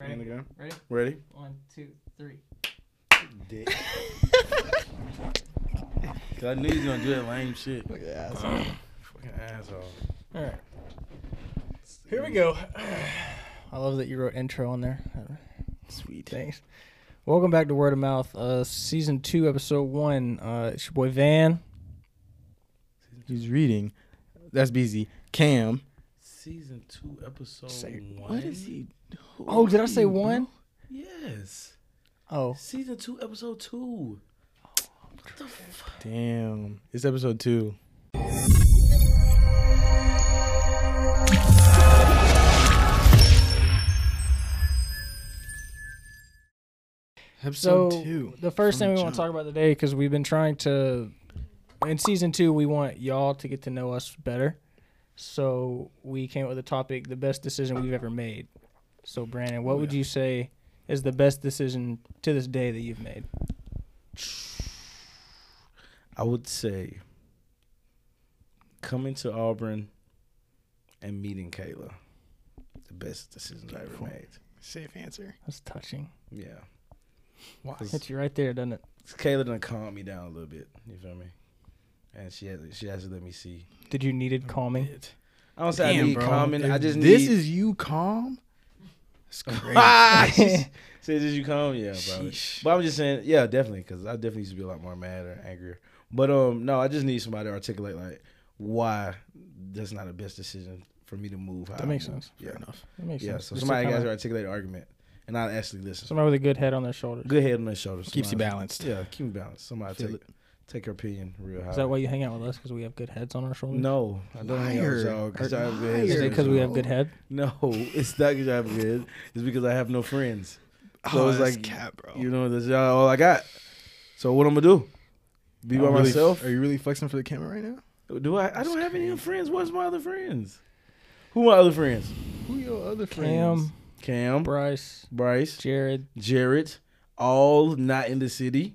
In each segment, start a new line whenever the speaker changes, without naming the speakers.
Ready?
Ready?
Ready?
Ready?
One, two, three.
Dick. Cause I knew you was gonna do that lame shit. Fucking asshole.
All right. Here we go. I love that you wrote intro on there.
Sweet.
Thanks. Welcome back to Word of Mouth, uh, season two, episode one. Uh, it's your boy Van.
He's reading. That's BZ. Cam.
Season two, episode
Say-
one.
What is he? who
Oh, did I
are
say
you,
one?
bro?
Yes.
Oh,
Season two, episode two.
Oh,
What the fuck?
Damn. It's episode two.
so
Episode two.
the first
From
thing we
the
want to
jump.
talk about today, because we've been trying to, in season two, we want y'all to get to know us better. So we came up with a topic: the best decision we've ever made. So Brandon, what
Oh,
would
yeah.
you say is the best decision to this day that you've made?
I would say coming to Auburn and meeting Kayla. The best decisions I ever
Beautiful.
made.
Safe answer.
That's touching.
Yeah.
Why?
'Cause
Hits you right there, doesn't it?
Kayla done calmed me down a little bit. You feel me? And she has she has to let me see.
Did you needed calming?
It.
I don't say I need calming. I just
this
need.
is you calm. It's crazy.
ah, say did you calm? Yeah, probably.
Sheesh.
But I'm just saying, yeah, definitely, because I definitely used to be a lot more mad or angrier. But um, no, I just need somebody to articulate like why that's not the best decision for me to move. How
That
I
makes
move.
sense.
Yeah,
enough.
That makes
yeah.
sense.
So
Just to
somebody
kinda-
has to articulate an argument, and I'll actually listen.
somebody with a good head on their shoulders.
Good head on their shoulders.
Keeps you
Somebody-
balanced.
Yeah, keep me balanced. Somebody
Feel
take take her opinion real high.
Is that why you hang out with us? Because we have good heads on our shoulders.
No, I don't hang out with
Liar.
y'all because
Or-
I have good heads.
Is it because we have
No.
good head?
No, it's not because I have good heads. It's because I have no friends. So
oh,
it's
it's
like,
like bro.
You know, that's y'all all I got. So what I'm gonna do? Be by
I'm really-
myself?
Are you really flexing for the camera right now?
Do I? I don't have any friends. What's my other friends? Who my other friends?
Who your other friends?
Cam,
Cam,
Bryce,
Bryce,
Jared,
Jarrett, all not in the city.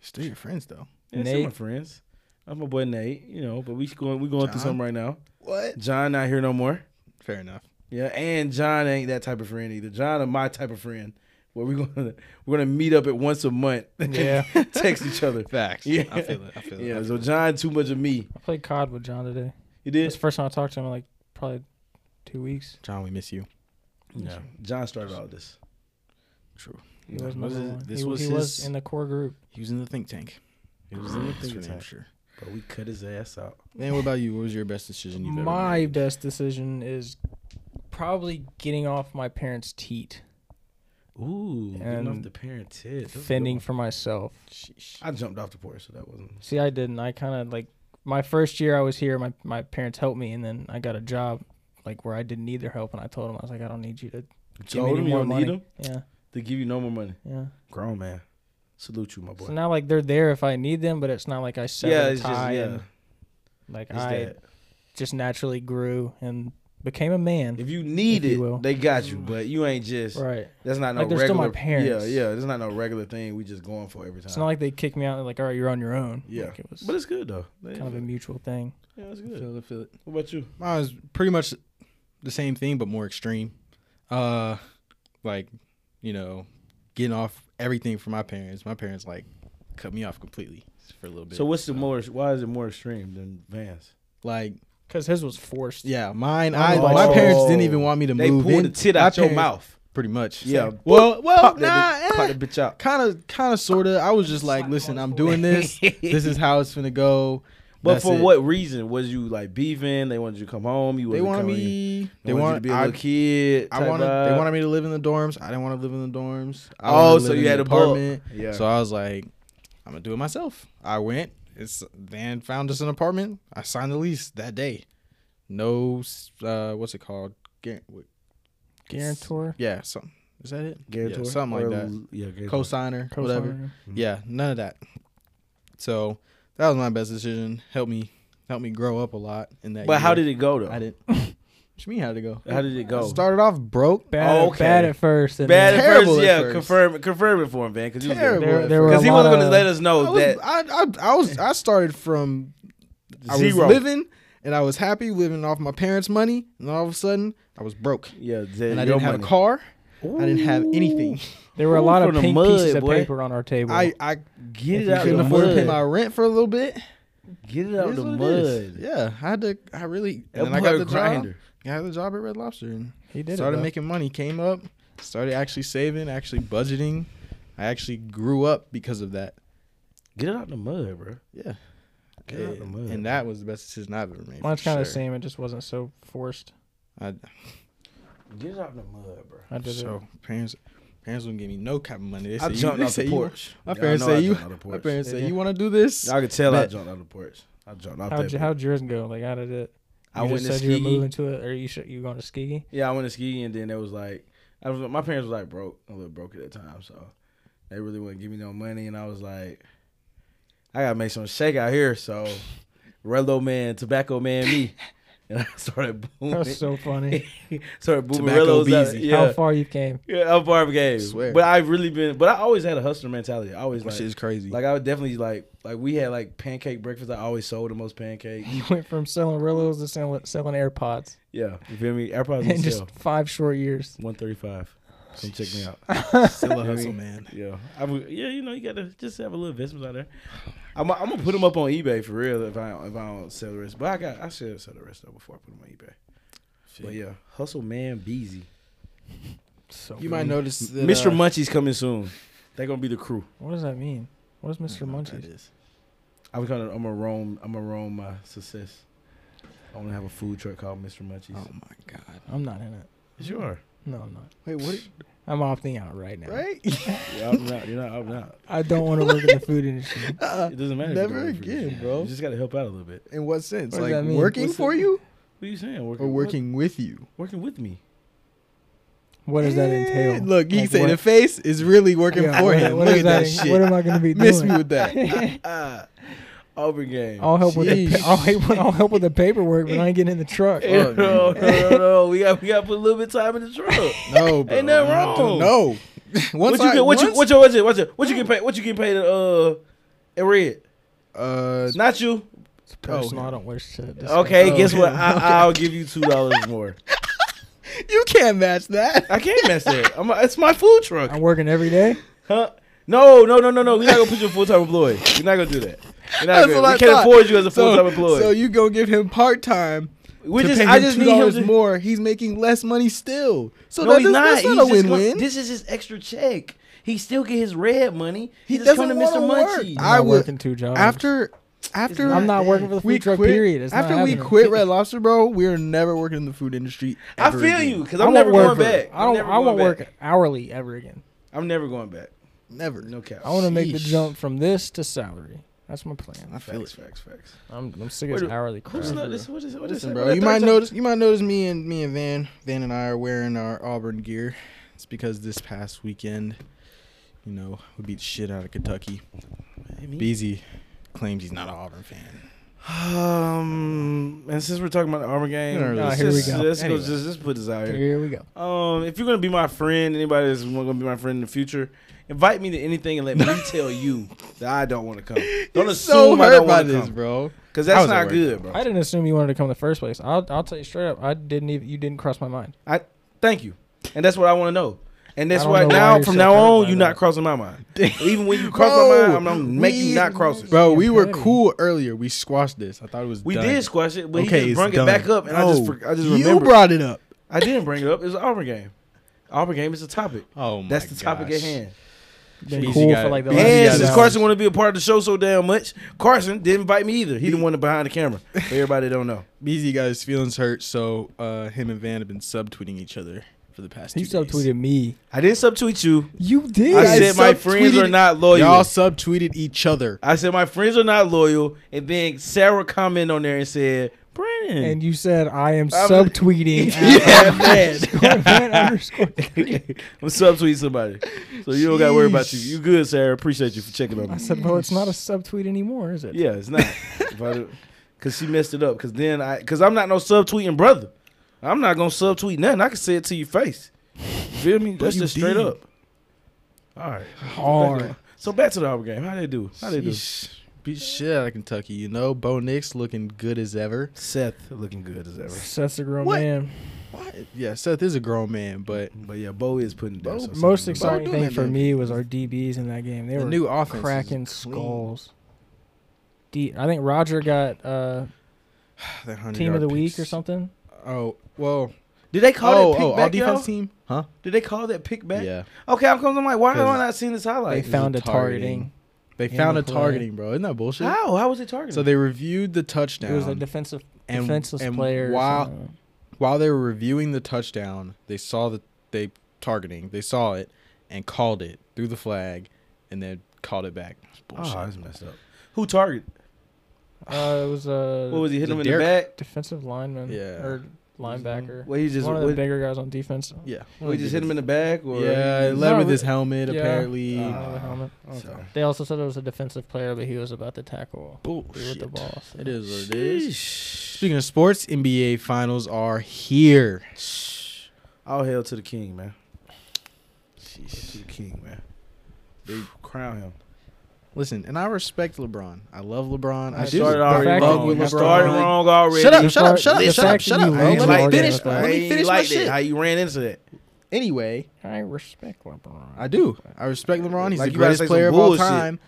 Still your friends though.
Yeah, some
Nate.
my friends. I'm my boy Nate. You know, but we going we going through
John.
something right now.
What?
John not here no more.
Fair enough.
Yeah, and John ain't that type of friend either. John or my type of friend. Where we gonna we're gonna meet up at once a month.
Yeah.
text each other.
Facts.
Yeah.
I feel it. I feel it.
Yeah, so John too much of me.
I played COD with John today.
You
It's
did?
the first time I talked to him in like probably two weeks.
John, we miss you.
Yeah. John started all this.
True.
He was
Was
number
it-
one.
this
he,
was
he
his-
was in the core group.
He was in the think tank.
It was in the
That's
thing
for damn
time.
sure.
But we cut his ass out.
Man, what about you? What was your best decision you've ever
My
made?
best decision is probably getting off my parents' teat,
Ooh.
And
getting off the parent tit. That's a good
fending
one.
for myself.
Sheesh.
I jumped off the porch, so that wasn't
See, I didn't. I kind of like my first year I was here. My my parents helped me, and then I got a job like where I didn't need their help, and I told them I was like, I don't need you to give me
Told
any
him you
more
don't
money.
need him
Yeah,
to give you no more money.
yeah.
Grown man. Salute you, my
So
Oh, boy.
now like they're there if I need them, but it's not like I severed
yeah,
yeah,
it's just
tie.
yeah.
and, like
It's
I
that.
just naturally grew and became a man.
If you need
if
it,
you will.
they got you, but you ain't just
Right.
that's not no
Like, they're
regular
still my parents.
Yeah, yeah. It's not no regular thing we just going for every time.
It's not like they kicked me out. and like, all right, you're on your own.
Yeah.
Like, it was
but it's good though.
kind of a mutual thing.
yeah, it's
I
good.
feel it. feel it.
What about you?
Mine was pretty much the same thing, but more extreme. Uh, like, you know, getting off everything from my parents. My parents like cut me off completely for a little bit.
So what's the more? Why is it more extreme than Vans?
like?
Cause his was forced.
Yeah, mine. I
Mine was
my
like-
parents didn't even want me to
Oh. They
move.
pulled
in.
the tit
My
out your
parents-
mouth.
Pretty much.
Yeah.
Well,
Oh,
well,
Pop
nah.
that
eh."
eh.
bitch, pop that bitch out.
Kind of, kind of, sort of. I was just like, listen, I'm doing this. this is how it's gonna go.
But
That's
for
it.
what reason? Was you like beefing? They wanted you to come home. You
They
wasn't
wanted
coming.
me.
They,
They
wanted you
wanted
to be a
I-
little kid.
I
type
wanted. They
vibe.
wanted me to live in the dorms. I didn't want to live in the dorms. I wanted
Oh,
to
so
live
you
in
had
the
a apartment. Yeah.
So I was like, I'm gonna do it myself. I went. It's Van found us an apartment. I signed the lease that day. No, s- uh, what's it called? Guar- wait,
Guarantor.
Yeah, something. Is that it?
Guarantor?
Yeah, something like
Or-
that.
Yeah, guarantor.
Co-signer, whatever.
cosigner.
Mm-hmm.
Yeah, none of that. So that was my best decision. Helped me, helped me grow up a lot in that.
But how
year.
did it go though?
I didn't? what you mean how did it go?
How did it go? Oh,
I started off broke.
Bad,
Okay.
bad at first. and
Bad
then-
at
Terrible
first.
at
Yeah,
first.
confirm confirm it for him, man. Because he was
Terrible.
There, there were
because
a
he
lot
wasn't going to
of-
let us know
I was,
that
I, I, I was I started from I
zero.
was living and I was happy living off my parents' money, and all of a sudden I was broke
yeah,
and I didn't have a car. I didn't have anything.
There were a
Ooh,
lot of
from the
pink
mud,
pieces of
boy.
paper on our table.
I I
Get it
you
out
couldn't
the
afford to pay
mud.
my rent for a little bit.
Get it
It
out
is
the
what it is.
mud.
Yeah, I had to. I really.
That
And then I got
boy
the
a
job.
grinder.
I got the job at Red Lobster and
he did
started
it. Making,
making money. Came up, started actually saving, actually budgeting. I actually grew up because of that.
Get it out the mud, bro.
Yeah,
Get it out the mud.
and that was the best decision I've ever made.
Mine's
for
kind of the
sure.
same. It just wasn't so forced.
I,
Get it out the mud, bro.
I did
so parents, parents wouldn't give me no kind of money. They
I
said, you,
jumped
they
off the
said you-
porch.
My
Y'all
parents
know I
say you-
jumped off the
My
porch.
parents
Did
said,
you?
"You want to do this?"
Y'all could tell I
Bet.
jumped out the porch. I jumped
it.
off
How'd,
that.
you,
bitch.
how'd yours go? Like, how did it?
I
you
went
just
to
said you were
ski.
moving to it, or you should, you going to ski?
Yeah, I went to ski and then it was like I was, my parents was like broke, a little broke at that time, so they really wouldn't give me no money, and I was like, I gotta make some shake out here, so Rello man, tobacco man, me, and I started booming,
That's so funny.
started booming
Tobacco
Rellos out.
Beezy.
How
Yeah,
far you came?
yeah, how far I game.
Swear.
But I've really been, but I always had a hustler mentality. I always
That
like,
shit is crazy.
like I would definitely like, like we had like pancake breakfast. I always sold the most pancakes.
You went from selling Rillos to selling, selling AirPods
Yeah, you feel me? AirPods
in
and
just five short years.
one thirty five. Come check me out.
Still a
I mean-
hustle, man.
Yeah, I would, yeah, you know, you gotta just have a little investments out there. I'm, I'm gonna put them up on eBay for real if I if I don't sell the rest. But I got I should sell the rest though before I put them on eBay. But yeah, hustle man, Beezy,
So
You might
good.
notice that,
Mr.
uh,
Munchie's coming soon. They're gonna be the crew.
What does that mean? What is Mr. Munchies?
is.
I'm gonna I'm gonna roam I'm gonna roam my success. I want to have a food truck called Mr. Munchie's.
Oh my god!
I'm not in it.
Sure.
No, I'm not.
Wait, what?
I'm opting out right now.
Right?
Yeah, I'm not. You're not. I'm not.
I don't want to work in the food industry.
Uh,
It doesn't matter. if you
Never
go in for this.
again, bro.
You just gotta help out a little bit.
In what sense?
What
like
does that mean?
working
What's
for
the-
you
What are you saying? Working
or working with you?
working with me.
What does that entail?
Eh, Look, you
Like,
say
what-
the face is really working
Yeah,
for
what-
him.
what
Look
is
at that,
en-
shit.
What am I going to be doing?
Miss me with that.
Ah, over game.
I'll help with the,
Jeez.
I'll, help, I'll help with the paperwork, but I ain't getting in the truck.
Yeah.
no,
Fuck,
no,
man.
no, no. We got we got to put a little bit of time in the truck.
No, bro. I'm
Ain't nothing
not doing-
wrong.
No. Once
what you
I-
get? What you
once-
what your what your what your what you get paid? What you get paid? Uh, at red.
Uh,
It's not you. Uh,
It's personal. I don't wear shit. This
Okay,
Oh,
guess what?
okay.
I, I'll give you two dollars more.
you can't match that.
I can't mess that. I'm a, it's my food
guy-
truck.
I'm working every day.
Huh? No, no, no, no, no. We're not gonna put you a full time employee. We're not gonna do that. We're not
That's
gonna,
what
we
I
can't
thought.
afford you as a full
So,
time employee.
so you go give him part time
we
to
just,
pay
I
him
just
two
need him
dollars
to,
more. He's making less money still. So
no,
that
he's
does,
not.
that's not
he's
a
just
win
going-
win.
this is his extra check. He still get his red money.
He
just come
doesn't
to Mr.
wanna work.
Munchie.
I'm
I
not
would-
working two jobs.
After, after
I'm not
Damn.
working for the
we
food truck.
quit,
period. It's not
after we
happening.
quit Red Lobster, bro, we are never working in the food industry.
I
ever
feel
again.
you because
I
I'm
won't
never
work
going
for-
back.
I don't.
I'm never
I won't
going
work
back.
hourly ever again.
I'm never going back.
Never.
No cap.
I want to make the
Sheesh.
jump from this to salary. That's my plan.
I feel
Facts,
it.
facts, facts.
I'm, I'm sick of
Wait,
this hourly crap.
Who's not this? What is what is
Listen,
that?
bro,
What
you
that
might
third time-
notice you might notice me and me and Van Van and I are wearing our Auburn gear. It's because this past weekend, you know, we beat the shit out of Kentucky. Beezy claims he's not an Auburn fan.
Um, and since we're talking about the armor game,
Nah,
let's
here we
just-
go.
Let's go.
Anyway.
Just let's put this out here.
Here we go.
Um, if you're gonna be my friend, anybody that's gonna be my friend in the future, invite me to anything and let me tell you that I don't want to come. Don't
He's
assume
so
I
hurt
don't
by
want to
this,
come
bro.
because
I
that's
was at
not
work.
good, bro.
I didn't assume you wanted to come in the first place. I'll, I'll tell you straight up. I didn't even. You didn't cross my mind.
Thank you, and that's what I want to know. And that's
I don't
why
know why
now
you're
from
so
now
hurt
on,
by
you're
that.
not crossing my mind. Even when you cross my
Bro,
mind, I'm gonna make
we-
you not cross it.
Bro, we were
petty.
cool earlier. We squashed this. I thought it was
We
done.
did squash it, but
Okay, it's
he just brought it
done.
back up, and I just
No,
for- I just
You
remembered.
brought it up.
I didn't bring it up. It was an Auburn game. Auburn game is a topic.
Oh my
That's the topic at
gosh.
hand.
Been
Jeez, you
cool
got
for
it.
like the
Busy
last.
And
got
two
since
it.
hours.
Carson want to be a part of the show so damn much, Carson didn't invite me either. He the one behind the camera. For everybody that don't know,
Beezy got his feelings hurt, so uh, him and Van have been subtweeting each other for the past.
He
two days.
subtweeted me.
I didn't subtweet you.
You did.
I
guys
said my friends are
subtweeted-
not
Oh,
loyal.
Y'all subtweeted each other.
I said my friends are not loyal, and then Sarah commented on there and said, "Brandon."
and you said I am
I'm-
subtweeting.
yeah, man.
underscore man underscore.
I'm subtweeting somebody, so you don't got to worry about you. You good, Sarah? Appreciate you for checking on me.
I said, well, it's not a subtweet anymore, is it?
Yeah, it's not. If I do- Cause she messed it up. Cause then I, cause I'm not no subtweeting brother. I'm not gonna subtweet nothing. I can say it to your face. You feel me? That's
you
just straight
did.
up. All right.
Hard.
So back to the Auburn game. How they do? How they do?
Sheesh. Beat shit out of Kentucky, you know. Bo Nix looking good as ever.
Seth looking good as ever.
Seth's a grown
What?
man.
Why? Yeah, Seth is a grown man, but
But yeah, Bo is putting down.
Bo-
so
Most
something-
exciting
exciting
doing
thing
that
for
damn
me was our DBs in that game. They
the
were
new offense is
cracking
clean.
skulls. D- I think Roger got uh,
Ah, That 100
team of
yard
the week
picks.
or something.
Oh well.
Did they call
oh
that pick
oh, all
back,
defense
y'all?
team? Huh?
Did they call that pick back?
Yeah.
Okay, I'm coming. I'm like, why have I
'Cause
not seen this highlight?
they found a
Uh, was
targeting.
They
In
found
the
a
play.
targeting, bro. Isn't that bullshit?
How? How was it targeted?
So they reviewed the touchdown.
It was a defensive
and-
defenseless
and
player. or
while-
something.
While they were reviewing the touchdown, they saw the they targeting. They saw it and called it through the flag, and then called it back. It's
Ah,
bullshit.
Oh, that's messed up. Who targeted?
uh, it was a
What was he hit
The
him in
Derek-
the back?
defensive lineman
Yeah.
or linebacker.
Well, he just
one of the
what,
bigger guys on defense.
yeah.
we just hit him in the Ah, back, or
yeah, it led
No,
with
it-
his helmet
yeah.
apparently.
Uh, the helmet.
Okay.
So.
They also said it was a defensive player, but he was about to tackle through with
Bullshit.
the ball. so-
Oh, It is what it is.
Sheesh.
Speaking of sports, NBA finals are here.
All hail to the king, man. Sheesh. To the king, man. They crown him.
Listen, and I respect LeBron. I love LeBron. I,
I
do.
started
I
already
love
wrong.
with
I
LeBron.
Started wrong already.
Shut up!
You
Shut up!
start-
Shut
the
up! Shut up!
fact
Shut
that
up!
you
Let
ain't
me
like
finish.
that.
Let
I
me
ain't
finish my
like that, How
shit.
you ran into that?
Anyway,
I respect LeBron.
I do. I respect LeBron. He's
Like,
the
you about to
greatest
say some
player of all
bullshit.
time.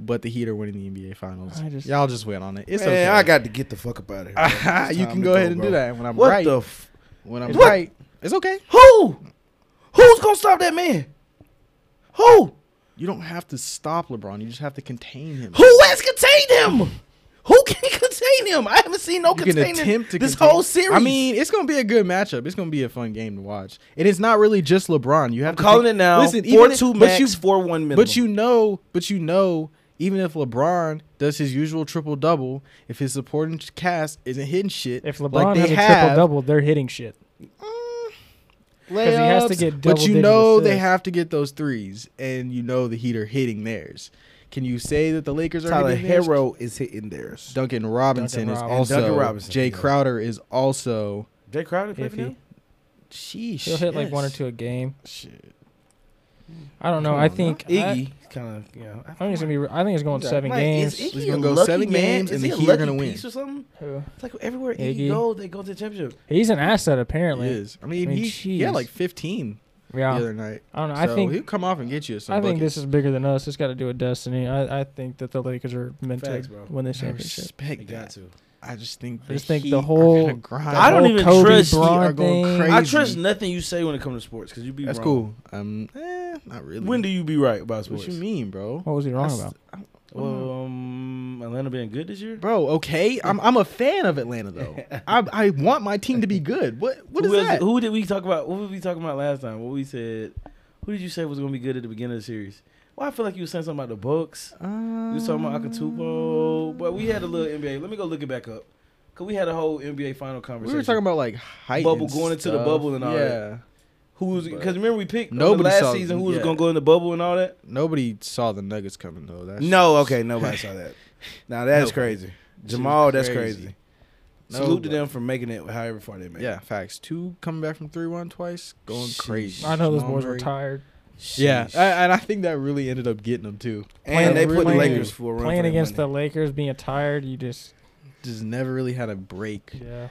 But the Heat are winning the NBA Finals.
I just-
Y'all just went on it. It's
man,
okay.
I got to get the fuck up out of here. bro. It's
you
time
can
to
go ahead and
bro.
do that when I'm
What
right.
the? F-
when I'm
It's-
right, it's okay.
Who? Who's gonna stop that man? Who?
You don't have to stop LeBron. You just have to contain him.
Who has contained him? Who can contain him? I haven't seen no
You can
containing
attempt to
this
contain-
whole series.
I mean, it's gonna be a good matchup. It's gonna be a fun game to watch, and it's not really just LeBron. You have
I'm
to
calling
think-
it now.
Listen,
Listen,
even
four
if-
two
but
max,
you
four one minimum.
But you know, but you know, even if LeBron does his usual triple double, if his supporting cast isn't hitting shit,
If LeBron
like they
has a
have,
triple double, they're hitting shit.
layups,
he has to get
but you
double-digit
know they
assists.
have to get those threes, and you know the Heat are hitting theirs. Can you say that the Lakers are
Tyler
hitting theirs?
Hero is hitting theirs.
Duncan Robinson
Duncan
is
Rob-
also.
And Duncan Robinson,
Jay
yeah.
Crowder is also.
Jay Crowder
If he,
Sheesh.
he'll hit like one or
yes.
two a game.
Shit.
I don't know.
Come
I
on,
think I,
Iggy kind of you know.
I think it's gonna be. I think it's going seven games.
Iggy He's gonna go seven games and the Heat are gonna win.
Or something?
Who?
It's like everywhere Iggy,
Iggy.
goes, they go to the championship.
He's an asset
He
apparently.
is. I mean,
I mean,
he, he had
jeez.
like 15
Yeah.
the other night.
I don't know.
So
I think
he'll come off and get you some.
I think
buckets.
this is bigger than us. It's got to do with destiny. I, I think that the Lakers are meant
Facts,
to
bro.
win this
I
championship.
respect that.
to.
I just think
I just think the whole-
grind.
I don't
The whole
even
Kobe
trust you
Bryant
are going
thing.
crazy.
I trust nothing you say when it comes to sports because you be
That's
wrong.
cool. Um, eh, not really. Oh,
When do you be right about
what
sports?
you mean, bro?
What was he wrong
That's-
about?
Um, Atlanta being good this year.
Bro, okay. I'm I'm a fan of Atlanta though. I I want my team to be good. What what is
who else-
that?
Who did we talk about? What were we talking about last time? What we said? Who did you say was gonna be good at the beginning of the series? Well, I feel like you were saying something about the books.
Uh,
You was talking about Akatupo, but we had a little NBA. Let me go look it back up. Cause we had a whole NBA final
We
conversation.
were talking about like height,
Bubble
and
going into the
stuff.
bubble and all
Yeah,
who was because remember we picked on
Nobody
the last
saw-
season who was
yeah.
gonna go in the bubble and all that.
nobody saw the Nuggets coming though. That's
No, okay, nobody saw that. Now that's
Nobody.
crazy, Jamal. That's
crazy.
crazy. Salute
Nobody.
to them for making it however far they made. it.
Yeah, facts. Two coming back from three one twice, going
Sheesh.
crazy.
I know those
Jamal
boys were
Murray.
tired.
Yeah,
Sheesh.
I, and I think that really ended up getting them too.
playing-
and they put the
playing-
Lakers for a run
Playing
for their
against
money.
the Lakers, being tired, you just
Just never really had a break.
yeah.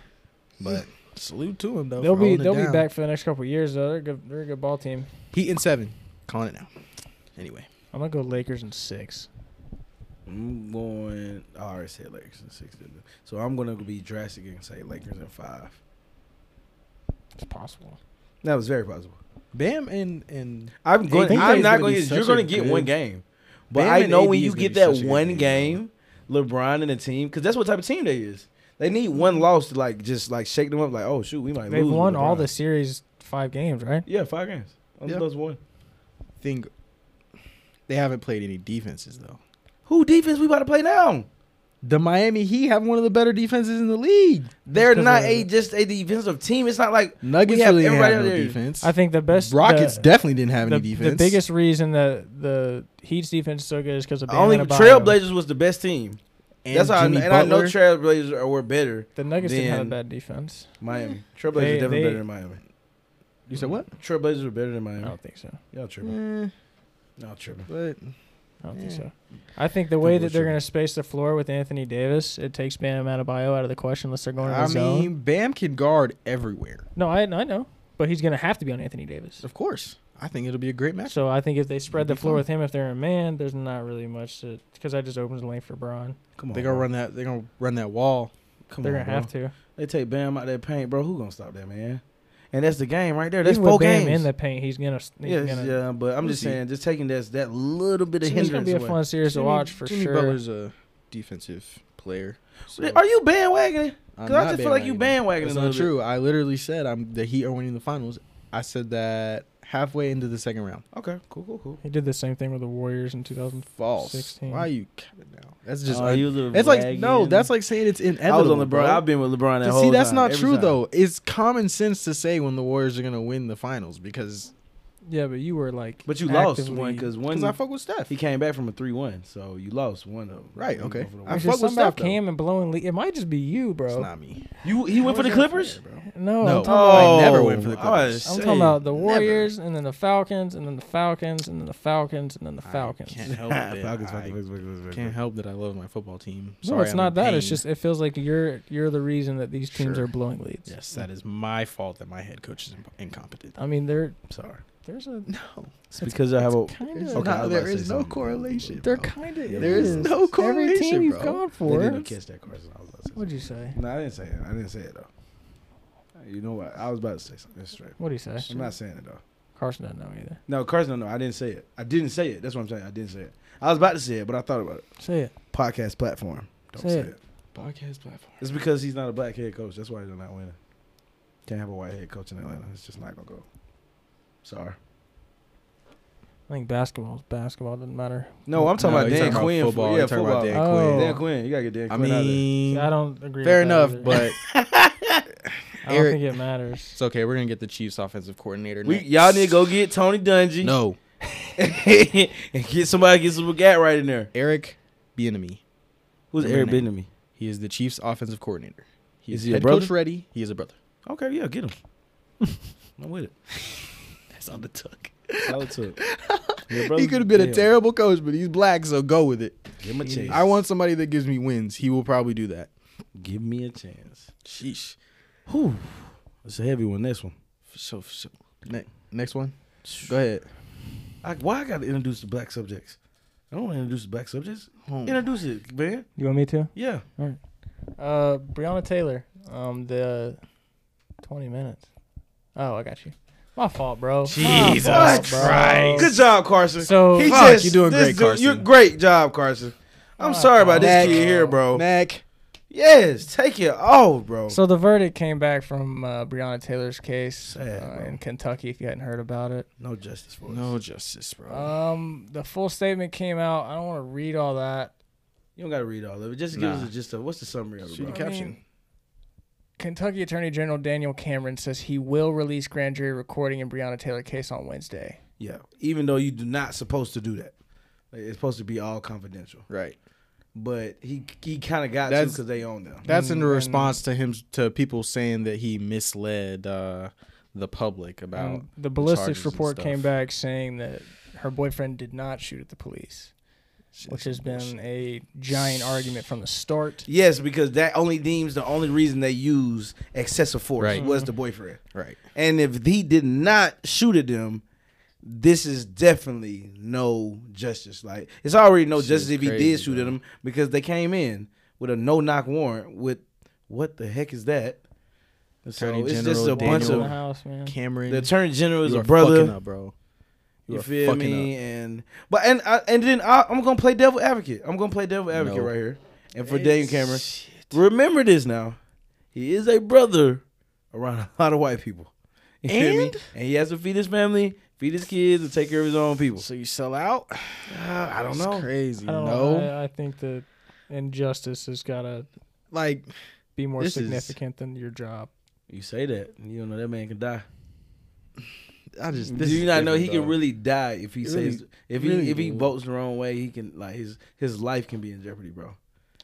But salute to him though.
They'll
for
be
holding it
they'll be
down.
back for the next couple of years though. They're a good. They're a good ball team.
Heat in seven. Calling it now. Anyway,
I'm gonna go Lakers in six.
I'm going. I already said Lakers in six. didn't I? So I'm going to be drastic and say Lakers in five.
It's possible.
That was very possible.
Bam and and
I'm going.
think
I'm
he's
not
gonna
going.
be
to You're
such
going
a
to get
good-
one game, but
Bam
I
and
know
AD
when
is
you
gonna
get
be
that
such a good
one
game,
game, LeBron and the team, because that's what type of team they is. They need
Mm-hmm.
one loss to like just like shake them up. Like, oh shoot, we might
They've
lose. with
won all
LeBron.
the series five games, right?
Yeah, five games. Only
Yeah.
those one.
think they haven't played any defenses though.
Who defense we about to play now?
The Miami Heat have one of the better defenses in the league.
They're
'cause
not
of-
a just a defensive team. It's not like
Nuggets
We have
really didn't have
everybody out
no
there.
defense.
I think the best
Rockets
the,
definitely didn't have any
the-
defense.
The biggest reason that the Heat's defense is so good is because of Bam
only
Adebayo.
Trailblazers was the best team.
and
that's how. I,
Jimmy
and I know
Butler.
Trailblazers are were better.
The Nuggets didn't have a
Then-
bad defense.
Miami.
They-
Trailblazers are definitely
they-
better than Miami.
you said what?
Trailblazers are better than
I
Oh.
Miami.
don't think so.
Y'all tripping.
Eh,
Y'all tripping.
but
I don't think
Yeah.
so. I think the way
Think
that
we
they're
should-
going to space the floor with Anthony Davis, it takes Bam Adebayo out of the question unless they're going to the
I
zone.
mean, Bam can guard everywhere.
no, I, I know, but he's going to have to be on Anthony Davis.
Of course. I think it'll be a great match.
So I think if they spread
It'd
the
be
floor
fun.
with him, if they're in man, there's not really much to because that just opens the lane for Braun.
Come on,
They gonna
bro.
run that. They gonna run that wall.
Come
they're
on,
gonna
bro.
have to.
They take Bam out that paint, bro. Who gonna stop that man? And that's the game right there. That's
Even with
four
Bam
games.
in the paint, he's gonna. He's
yeah,
gonna
yeah, but I'm
We'll
just
see.
saying, just taking that that little bit of
it's gonna
hindrance
be a
away.
fun series to
Jimmy-
watch for
Jimmy
sure.
Butler's a defensive player. So
Are you bandwagoning?
I'm
Because I
not
just feel like you
bandwagoning.
bandwagoning.
That's
a
not
little bit.
true. I literally said I'm the Heat are winning the finals. I said that halfway into the second round.
Okay, cool, cool, cool.
He did the same thing with the Warriors in 2000.
False.
16.
Why are you cutting now? That's just.
Oh,
un-
you little
it's like no.
ragging.
That's like saying it's inevitable.
I was on LeBron.
bro.
I've been with LeBron that
But
whole
see, that's
time,
not
every
true
time.
though. It's common sense to say when the Warriors are gonna win the finals because
Yeah, but you were like.
But you lost
actively-
one because one
because I fuck with Steph.
he came back from a three-one, so you lost one of them.
Right,
You
okay.
go for the
I
win.
It's
fuck
just
with
somehow
Steph, though.
Cam and blowing lead. It might just be you,
It's
bro.
not me.
You he went for the Clippers.
No,
No.
I'm talking,
I
Oh,
never went for the
I was
Clippers.
I'm
say,
talking about the
never.
Warriors and then the Falcons and then the Falcons and then the Falcons and then the
I
Falcons.
can't help it.
Falcons, Falcons,
I
Falcons, Falcons,
can't
Falcons.
help that I love my football team.
No,
Sorry,
it's
I'm
not
in
that. It's
pain.
just it feels like you're you're the reason that these teams
Sure.
are blowing leads.
yes, that is my fault that my head coach is imp- incompetent.
I mean, there
Sorry,
there's a
No,
it's because I have a.
kind
It's
of
Okay, I was about
there
to say
is no
something.
correlation.
there
They're
kind of
Yeah,
there is
there's
no
Every
correlation,
team you've
bro.
gone
They
for.
didn't catch that Carson. I was about to say
What'd you say?
No, I didn't say it. I didn't say it though. You know what? I was about to say something. That's straight.
What'd he say?
I'm not saying it though.
Carson doesn't know either.
No, Carson, no, no, I didn't say it. I didn't say it. That's what I'm saying. I didn't say it. I was about to say it, but I thought about it.
Say it.
Podcast platform. Don't
Say
say,
it.
it.
podcast platform.
It's because he's not a black head coach. That's why they're not winning. Can't have a white head coach in Atlanta. It's just not gonna go. Sorry.
I think basketball is basketball. Doesn't matter.
No, I'm talking
No,
about
you're
Dan
talking about
Quinn.
football.
For, yeah,
You're talking about
football.
Dan
Oh.
Quinn.
Dan Quinn. You gotta get Dan
I
Quinn out of there.
mean,
I don't agree.
fair
with that
enough,
either.
but
I don't
Eric-
think it matters.
it's okay. We're gonna get the Chiefs offensive coordinator.
We
next.
y'all need to go get Tony Dungy.
No,
and get somebody get some gat right in there.
Eric Bieniemy.
Who's
Remember
Eric
the name.
Bieniemy?
He is the Chiefs offensive coordinator. He
Is
is,
he a
head
brother?
coach ready. He is a brother.
Okay, yeah, get him. I'm with it.
That's on the tuck.
Solid tip. Your brother-
He could have been
yeah,
a terrible coach, but he's black, so go with it.
Give him a chance.
I want somebody that gives me wins. He will probably do that.
Give me a chance.
Sheesh.
Whew. It's a heavy one. This one.
So, so ne- next one. Go ahead.
I, why I got to introduce the black subjects? I don't want to introduce the black subjects. Introduce it, man.
You want me to?
Yeah.
Uh, Breonna Taylor. Um, the twenty minutes. Oh, I got you. My fault, bro. My
Jesus
fault, bro.
Christ.
Good job, Carson.
So
he
Fuck,
just
you're doing
this
great,
dude-
Carson.
You're great job, Carson. I'm
Fuck
sorry about
off.
this kid here, bro.
Mac.
Yes, take it off, bro.
So the verdict came back from uh, Breonna Taylor's case
Sad,
uh,
bro.
in Kentucky. If you hadn't heard about it,
no justice for us.
No justice, bro.
um, the full statement came out. I don't want to read all that.
You don't got to read all of it. Just give
Nah.
us a, just a, what's the summary of it,
Shoot
bro?
the caption.
Kentucky Attorney General Daniel Cameron says he will release grand jury recording in Breonna Taylor case on Wednesday.
Yeah. Even though you do not supposed to do that. Like, It's supposed to be all confidential.
right.
But he he kind of got to
That's-
because they own them.
That's in
Mm, and-
response to him to people saying that he misled uh, the public about
Mm.
And the
charges and
ballistics report came
stuff.
back saying that her boyfriend did not shoot at the police, which has been a giant argument from the start.
Yes, because that only deems the only reason they use excessive force
Right. Mm-hmm.
was the boyfriend.
right.
And if he did not shoot at them, this is definitely no justice. Like it's already no
Shit
justice
is
if he
crazy,
did shoot
bro.
at them because they came in with a no knock warrant with what the heck is that? So
Attorney
it's
General
just a bunch
Daniel in the
Daniel-
of
house, man.
Cameron,
the attorney general is
you
a
are
brother.
fucking up, bro.
You,
are
feel
fucking
me?
up.
And but and I, and then I, I'm gonna play devil advocate. I'm gonna play devil advocate
No.
right here. And for Daniel Cameron,
Eh, Shit.
remember this now. He is a brother around a lot of white people. You feel me?
And?
and he has to feed his family, feed his kids, and take care of his own people.
So you sell out?
Uh, I don't
That's
know.
Crazy.
I don't
no.
know. I, I think that injustice has got to
like
be more
This is-
significant than your job.
You say that, and you don't know that man can die.
I just
Do
this
you
is
not know he
different,
can
dog.
really die if he
Really-
says if he
really
if he
will.
votes the wrong way, he can like his his life can be in jeopardy, bro.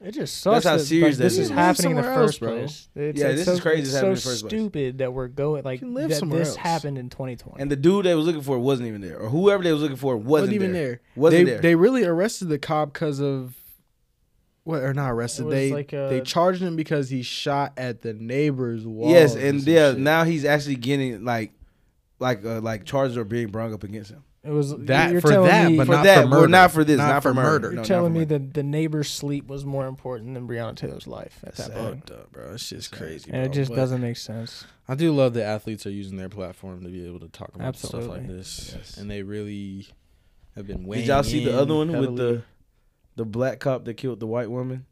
It just sucks.
That's how
that,
serious
like,
that
this
is.
is
can
You
live
happening in the
somewhere else,
first
bro.
place. It's,
Yeah,
it's
this is
so-
crazy
It's
this
so
happened in the first place.
stupid that we're going like
can live
that.
somewhere
This
else.
happened in 2020.
And the dude they was looking for wasn't even there, or whoever they was looking for wasn't,
wasn't even there.
Wasn't
they,
there?
They really arrested the cop because of what or not arrested.
It was
They
like a-
they charged him because he shot at the neighbor's wall.
yes, and yeah,
now.
now he's actually getting like, like, uh, like charges are being brought up against him
it was
that
you're
for
telling
that,
me,
but
for
not
that,
for
but
murder.
not for this, not for murder.
you're
no, not
telling
for
me
murder.
that the neighbor's sleep was more important than Breonna Taylor's life at that point.
fucked up, bro. That's just crazy.
And
bro.
it just
But
doesn't make sense.
I do love that athletes are using their platform to be able to talk about stuff like
Absolutely.
this,
Yes.
and they really have been.
Did y'all
weighing
see the
in
other one with
heavily.
the, the black cop that killed the white woman,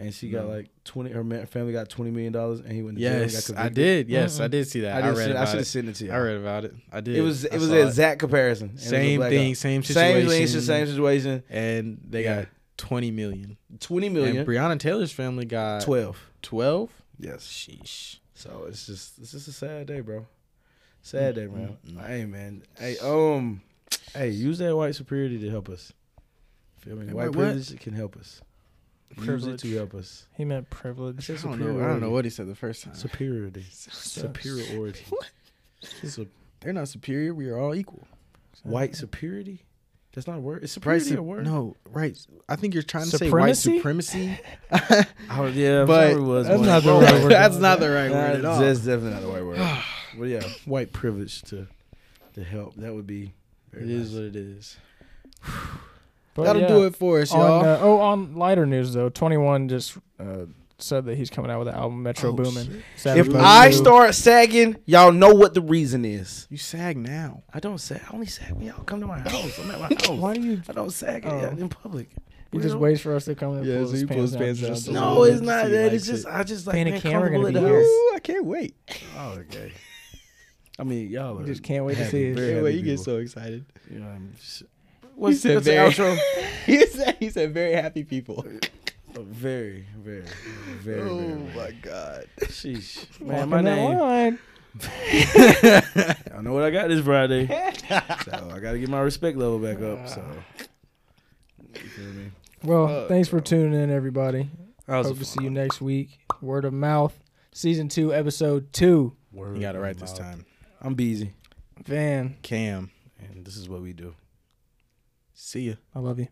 and she got
No.
like twenty. Her ma- family got twenty million dollars, and he went to jail. and got
Yes, I
convicted?
did. Yes,
Uh-uh.
I did see that.
I,
I,
didn't
read
send- I
about
should have
it.
sent it to you.
I read about it. I did.
It was
I
it was
saw
an exact comparison. and it was a
Same
black
thing,
cop.
same
Same
situation,
relation, same situation.
and they
Yeah.
got twenty million.
Twenty
And
million,
Breonna Taylor's family got
twelve.
twelve.
Yes.
Sheesh.
So it's just it's just a sad day, bro. Sad day, man.
Mm-mm.
Hey, man. Hey, um, hey, use that white superiority to help us. Feel me?
That
White
white what?
privilege can help us. Use
Privilege.
it to help us.
He meant privilege.
I
It's
don't know. I don't know what he said the first time.
Superiority. Superiority. Sup-
They're not superior. We are all equal.
white superiority. That's not a word. It's superiority a word.
No, right. I think you're trying to say
Supremacy?
white supremacy.
Oh, yeah,
But
it was
that's
one.
not the right word.
That's not the right
Nah,
word at all.
That's definitely not the right word. Well, yeah, white privilege to to help. That would be. Very
it is
nice.
what it is.
But
That'll
yeah.
do it for us, y'all.
On, uh, oh, on lighter news though, Twenty One just uh, said that he's coming out with an album, Metro
Oh,
Boomin.
shit.
Savage
If
Mode
I
Two.
start sagging, y'all know what the reason is.
you sag now.
I don't sag. I only sag when y'all come to my house. I'm at my house.
why do you?
I don't sag
Oh.
yeah, in public.
You just
Weirdo.
wait for us to come and
Yeah,
pull
so
his
he pulls
pants,
his
down
pants
just
down.
a
No,
No,
little bit.
it's
See,
not that. It's
like
just
shit.
I just like
Man, a
being
camera
comfortable
gonna
at
be
the
here.
house.
Ooh, I can't wait.
Oh, okay. I mean, y'all are
Just can't wait to
happy,
see it.
very
Can't
happy
wait. You get
people.
so excited.
You know, I'm just- What's,
said
what's the
very-
outro?
he said he said very happy people.
Oh, very, very, very, very.
Oh
very.
my god.
Sheesh, man,
Walking
my
that
name.
line.
I know what I got this Friday, so I got to get my respect level back up. So, you feel me?
Well,
Fuck,
thanks
bro.
for tuning in, everybody.
That
Hope to see you next week. Word of mouth, season two, episode two.
You got it right this time.
I'm Beezy,
Van,
Cam,
and this is what we do.
see ya.
I love you.